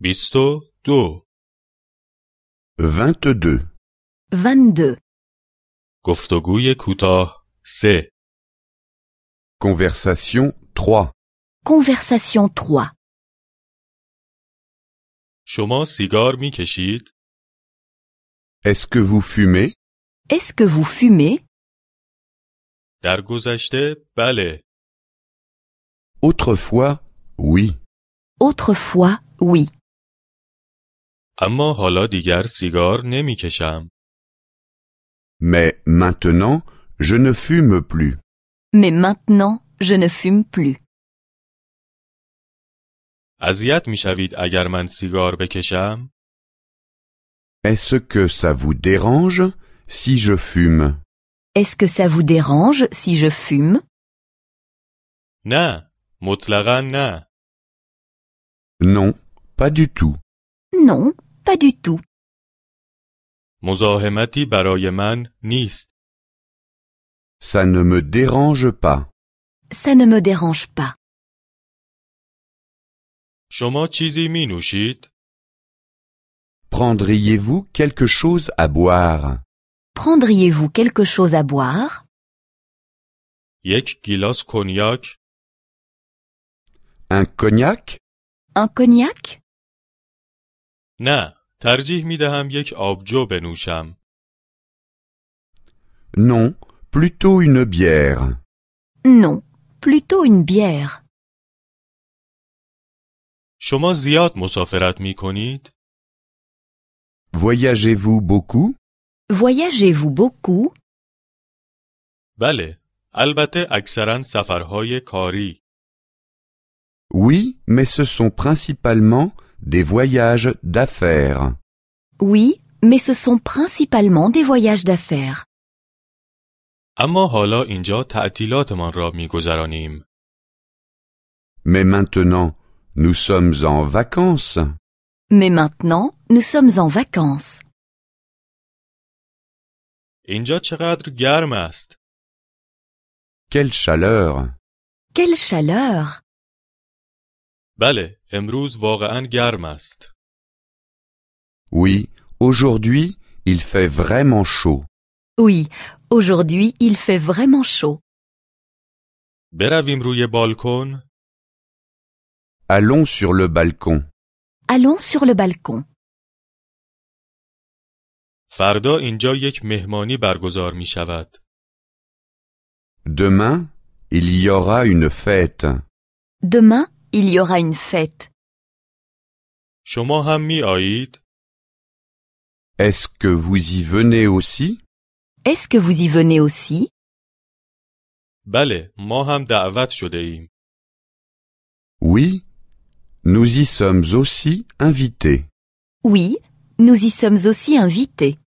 بیست و دو 22. 22. گفتگوی کوتاه سه Conversation 3. Conversation 3. شما سیگار می کشید؟ Est-ce que vous fumez Est-ce que vous fumez در گذشته بله Autrefois, oui. Autrefois, oui. اما حالا دیگر سیگار نمی کشم. Mais maintenant, je ne fume plus. Mais maintenant, je ne fume plus. اذیت می شوید اگر من سیگار بکشم؟ Est-ce que ça vous dérange si je fume Est-ce que ça vous dérange si je fume نه مطلقا نه Non, pas du tout. Non, pas du tout. مزاحمتی برای من نیست Ça ne me dérange pas. Ça ne me dérange pas. شما چیزی می نوشید؟ Prendriez-vous quelque chose à boire Prendriez-vous quelque chose à boire یک گیلاس کنیاک Un cognac Un cognac نه ترجیح می دهم یک آبجو بنوشم Non, plutôt une bière. Non, plutôt une bière. شما زیاد مسافرت می کنید؟ Voyagez-vous beaucoup Voyagez-vous beaucoup بله البته اکثرا سفرهای کاری Oui, mais ce sont principalement des voyages d'affaires. Oui, mais ce sont principalement des voyages d'affaires. اما حالا اینجا تعطیلاتمان را میگذرانیم. Mais maintenant, nous sommes en vacances. Mais maintenant, nous sommes en vacances. اینجا چقدر گرم است. Quelle chaleur Quelle chaleur بله، امروز واقعا گرم است. Oui, aujourd'hui, il fait vraiment chaud. Oui, aujourd'hui, il fait vraiment chaud. برویم روی بالکن. Allons sur le balcon. Allons sur le balcon. فردا اینجا یک مهمانی برگزار می شود. Demain, il y aura une fête. Demain, il y aura une fête. شما هم می آیید؟ Est-ce que vous y venez aussi Est-ce que vous y venez aussi بله، ما هم دعوت شده ایم. Oui, nous y sommes aussi invités. Oui, nous y sommes aussi invités.